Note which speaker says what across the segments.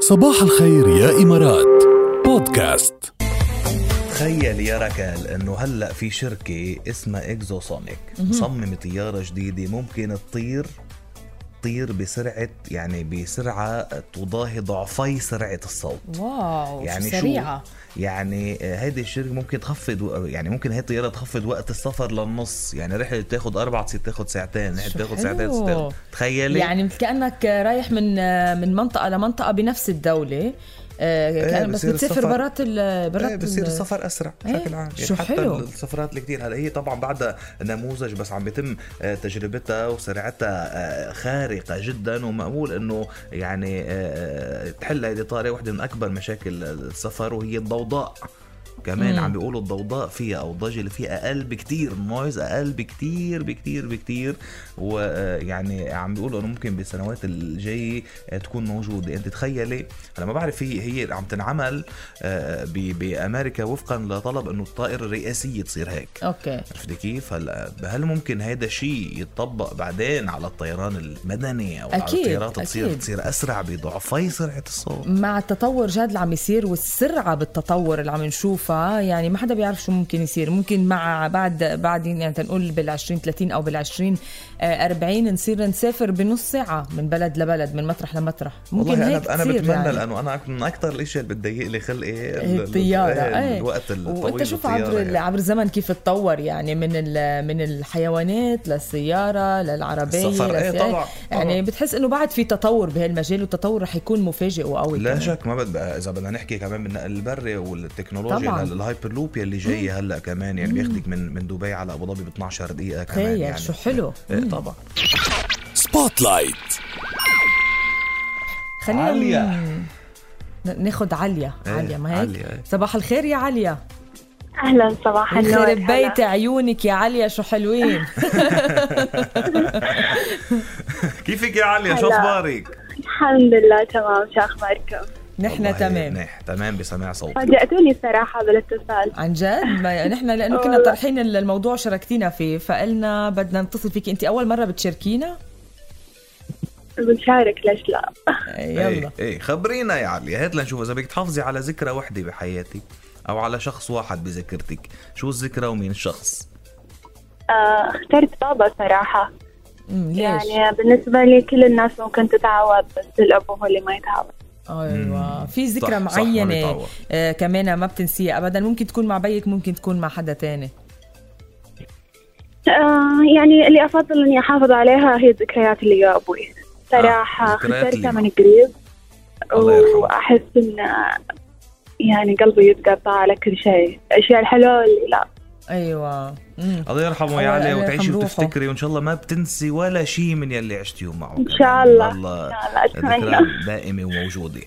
Speaker 1: صباح الخير يا إمارات بودكاست
Speaker 2: تخيل يا ركال انه هلا في شركه اسمها اكزوسونيك مصممه طياره جديده ممكن تطير تطير بسرعه يعني بسرعه تضاهي ضعفي سرعه الصوت
Speaker 3: واو يعني
Speaker 2: يعني
Speaker 3: سريعة
Speaker 2: شو يعني آه، هيدي الشركه ممكن تخفض و- يعني ممكن هي الطياره تخفض وقت السفر للنص يعني رحله بتاخد اربع تصير تاخد ساعتين رحله
Speaker 3: شو
Speaker 2: بتاخد ساعتين
Speaker 3: حلو.
Speaker 2: تاخد- تخيلي
Speaker 3: يعني مثل كأنك رايح من من منطقة لمنطقة بنفس الدولة آه، كأن بس
Speaker 2: إيه، بصير
Speaker 3: بتسافر
Speaker 2: السفر-
Speaker 3: برات ال برات
Speaker 2: ايه بصير
Speaker 3: ال-
Speaker 2: السفر اسرع
Speaker 3: إيه،
Speaker 2: بشكل عام يعني
Speaker 3: شو
Speaker 2: حتى
Speaker 3: حلو.
Speaker 2: السفرات اللي كتير هلا هي طبعا بعدها نموذج بس عم بيتم آه، تجربتها وسرعتها آه، خارقه جدا ومأمول انه يعني آه، تحل هذه الطارئه واحده من اكبر مشاكل السفر وهي الضوضاء كمان
Speaker 3: مم.
Speaker 2: عم بيقولوا الضوضاء فيها او الضجه اللي فيها اقل بكتير النويز اقل بكتير بكتير بكتير ويعني عم بيقولوا انه ممكن بالسنوات الجايه تكون موجوده انت تخيلي انا ما بعرف هي هي عم تنعمل آه، ب- بامريكا وفقا لطلب انه الطائره الرئاسيه تصير هيك
Speaker 3: اوكي
Speaker 2: عرفتي كيف هلا هل ممكن هذا الشيء يتطبق بعدين على الطيران المدني او
Speaker 3: أكيد،
Speaker 2: على الطيارات تصير
Speaker 3: أكيد.
Speaker 2: تصير اسرع بضعفي سرعه الصوت
Speaker 3: مع التطور جاد اللي عم يصير والسرعة بالتطور اللي عم نشوفها يعني ما حدا بيعرف شو ممكن يصير ممكن مع بعد بعدين يعني تنقول بال20 30 او بال20 40 آه، نصير نسافر بنص ساعة من بلد لبلد من مطرح لمطرح ممكن
Speaker 2: والله
Speaker 3: هيك
Speaker 2: انا انا
Speaker 3: تصير
Speaker 2: بتمنى
Speaker 3: يعني.
Speaker 2: يعني. لانه انا من اكثر الاشياء اللي بتضايق لي خلقي ال-
Speaker 3: الطيارة
Speaker 2: ال-
Speaker 3: إيه.
Speaker 2: الوقت الطويل
Speaker 3: وانت شوف
Speaker 2: بالطيارة
Speaker 3: عبر
Speaker 2: يعني.
Speaker 3: يعني. عبر الزمن كيف تطور يعني من ال- من الحيوانات للسياره للعربيه
Speaker 2: السفر، إيه
Speaker 3: للس-
Speaker 2: طبعاً،
Speaker 3: يعني
Speaker 2: طبعاً.
Speaker 3: بتحس انه بعد في تطور بهالمجال والتطور رح يكون مفاجئ وقوي
Speaker 2: لا
Speaker 3: كمان.
Speaker 2: شك ما بدنا اذا بدنا نحكي كمان من النقل البري والتكنولوجيا
Speaker 3: طبعاً.
Speaker 2: الهايبر لوب يلي جاي هلا كمان يعني بياخدك من من دبي على ابو ظبي ب 12 دقيقه كمان
Speaker 3: تخيل
Speaker 2: يعني
Speaker 3: شو حلو
Speaker 2: إيه طبعا
Speaker 1: سبوت لايت
Speaker 3: خلينا
Speaker 2: عليا.
Speaker 3: ن- ناخد عليا
Speaker 2: إيه،
Speaker 3: عليا ما هيك
Speaker 2: عليا، إيه.
Speaker 3: صباح الخير يا عليا
Speaker 4: اهلا صباح النور
Speaker 3: يخرب
Speaker 4: هلا.
Speaker 3: بيت عيونك يا عليا شو حلوين
Speaker 2: كيفك يا عليا شو
Speaker 4: هلا.
Speaker 2: اخبارك؟
Speaker 4: الحمد لله تمام شو اخباركم؟
Speaker 3: نحن
Speaker 2: والله يعني.
Speaker 3: تمام
Speaker 2: منيح تمام بسماع صوتك
Speaker 4: فاجأتوني صراحة بالاتصال
Speaker 3: عن جد ما نحن لانه كنا
Speaker 4: والله.
Speaker 3: طرحين الموضوع شاركتينا فيه فقلنا بدنا نتصل فيك انت اول مره بتشاركينا
Speaker 4: بنشارك ليش لا؟
Speaker 3: يلا
Speaker 2: ايه, ايه خبرينا يا عليا هات لنشوف اذا بدك تحافظي على ذكرى وحده بحياتك او على شخص واحد بذاكرتك شو الذكرى ومين الشخص؟
Speaker 4: آه، اخترت بابا صراحة
Speaker 3: أمم، ليش؟
Speaker 4: يعني بالنسبة لي كل الناس ممكن تتعود بس الأب هو اللي ما يتعود
Speaker 3: ايوه
Speaker 2: مم.
Speaker 3: في ذكرى
Speaker 2: صح- صح، ما
Speaker 3: معينه
Speaker 2: بيتعوض.
Speaker 3: آه كمان ما بتنسيها ابدا ممكن تكون مع بيك ممكن تكون مع حدا تاني
Speaker 4: آه، يعني اللي أفضل إني أحافظ عليها هي الذكريات اللي يا أبوي صراحة
Speaker 2: آه، ذكريات
Speaker 4: خسرتها
Speaker 2: اللي-
Speaker 4: من قريب
Speaker 2: الله يرحمه.
Speaker 4: وأحس إن آه، يعني قلبي يتقطع على كل شيء الأشياء الحلوة واللي لا
Speaker 3: ايوه مم.
Speaker 2: الله يرحمه يا
Speaker 3: الله-
Speaker 2: عليا
Speaker 3: الله
Speaker 2: وتعيشي
Speaker 3: يرحم روحه.
Speaker 2: وتفتكري وان شاء الله ما بتنسي ولا شيء من يلي عشتيهم معه
Speaker 4: إن شاء الله إن
Speaker 2: الله
Speaker 4: شاء الله أتمنى
Speaker 2: ذكرى دائمة وموجودة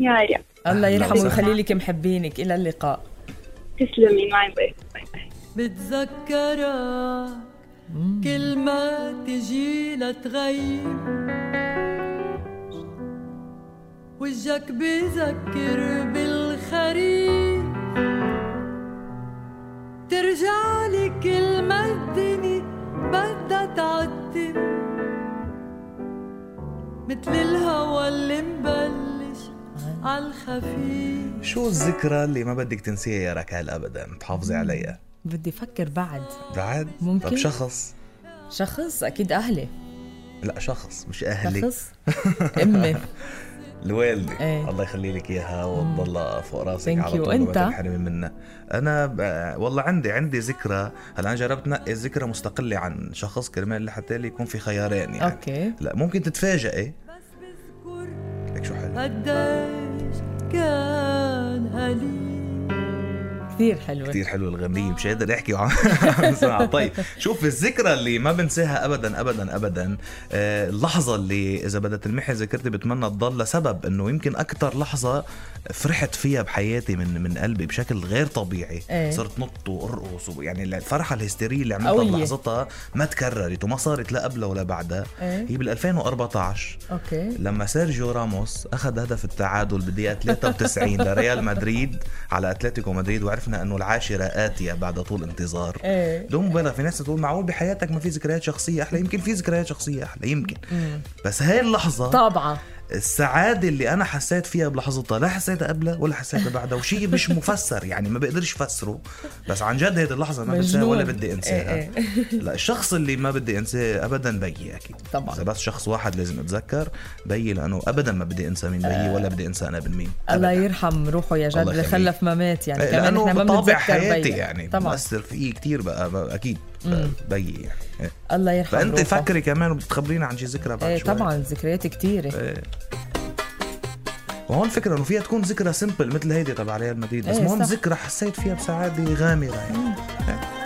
Speaker 4: يا رب
Speaker 3: الله يرحمه
Speaker 2: أهلاً.
Speaker 3: ويخلي لك محبينك الى اللقاء
Speaker 4: تسلمي ما ينبغي
Speaker 5: بتذكرك
Speaker 3: مم.
Speaker 5: كل ما تجي لتغيب وجهك بذكر بالخريف ترجع لي كل ما الدنيا بدها تعتم مثل الهوا اللي مبلش عالخفيف
Speaker 2: شو الذكرى اللي ما بدك تنسيها يا ركال ابدا تحافظي عليها
Speaker 3: بدي افكر بعد
Speaker 2: بعد
Speaker 3: ممكن.
Speaker 2: طب شخص
Speaker 3: شخص اكيد اهلي
Speaker 2: لا شخص مش اهلي
Speaker 3: شخص امي
Speaker 2: الوالدة
Speaker 3: إيه.
Speaker 2: الله يخلي لك اياها وتضلها فوق راسك
Speaker 3: Thank
Speaker 2: على طول
Speaker 3: you.
Speaker 2: وما
Speaker 3: وإنت؟
Speaker 2: تنحرمي منها انا ب... والله عندي عندي ذكرى هلا انا جربت نقي ذكرى مستقلة عن شخص كرمال لحتى لي يكون في خيارين يعني
Speaker 3: اوكي
Speaker 2: لا ممكن تتفاجئي
Speaker 5: بس بذكر
Speaker 2: لك شو حلو
Speaker 5: قديش كان قليل
Speaker 3: كثير حلوه
Speaker 2: كتير حلو الغنية مش قادر احكي وعم عم سمع. طيب شوف الذكرى اللي ما بنساها ابدا ابدا ابدا آه، اللحظة اللي اذا بدها تلمحي ذاكرتي بتمنى تضل لسبب انه يمكن اكثر لحظة فرحت فيها بحياتي من من قلبي بشكل غير طبيعي
Speaker 3: إيه.
Speaker 2: صرت نط وارقص و- يعني الفرحة الهستيرية اللي عملتها
Speaker 3: قوية.
Speaker 2: بلحظتها ما تكررت وما صارت لا قبلها ولا بعدها
Speaker 3: إيه.
Speaker 2: هي بال 2014
Speaker 3: اوكي
Speaker 2: لما سيرجيو راموس اخذ هدف التعادل بدقيقه 93 لريال مدريد على اتلتيكو مدريد وعرفنا انه العاشره اتيه بعد طول انتظار
Speaker 3: ايه
Speaker 2: دون مبالغه في ناس تقول معقول بحياتك ما في ذكريات شخصيه احلى يمكن في ذكريات شخصيه احلى يمكن
Speaker 3: مم.
Speaker 2: بس هاي اللحظه
Speaker 3: طابعه
Speaker 2: السعاده اللي انا حسيت فيها بلحظتها لا حسيتها قبلها ولا حسيتها بعدها وشيء مش مفسر يعني ما بقدرش افسره بس عن جد هذه اللحظه ما بنساها ولا
Speaker 3: مجنون.
Speaker 2: بدي
Speaker 3: إيه
Speaker 2: انساها
Speaker 3: إيه.
Speaker 2: لا الشخص اللي ما بدي انساه ابدا بيي اكيد
Speaker 3: طبعاً.
Speaker 2: إذا بس شخص واحد لازم اتذكر بيي لانه ابدا ما بدي انسى مين
Speaker 3: آه.
Speaker 2: بيي ولا بدي انسى انا بن مين
Speaker 3: الله
Speaker 2: أبداً.
Speaker 3: يرحم روحه يا جد
Speaker 2: الله
Speaker 3: اللي
Speaker 2: يخليك.
Speaker 3: خلف ما مات يعني
Speaker 2: إيه،
Speaker 3: كمان
Speaker 2: لانه
Speaker 3: احنا ما
Speaker 2: بطابع
Speaker 3: بنتذكر
Speaker 2: حياتي
Speaker 3: بيي.
Speaker 2: يعني
Speaker 3: طبعا
Speaker 2: بأثر فيه كثير بقى, بقى اكيد بيي يعني إيه.
Speaker 3: الله يرحم
Speaker 2: فانت
Speaker 3: روحه.
Speaker 2: فكري كمان وبتخبرينا عن شي ذكرى بعد
Speaker 3: ايه
Speaker 2: شوي.
Speaker 3: طبعا ذكريات كتير
Speaker 2: إيه. وهون الفكرة انه فيها تكون ذكرى سيمبل مثل هيدي تبع ريال مدريد بس
Speaker 3: إيه،
Speaker 2: هون
Speaker 3: صح.
Speaker 2: ذكرى حسيت فيها بسعادة غامرة يعني إيه.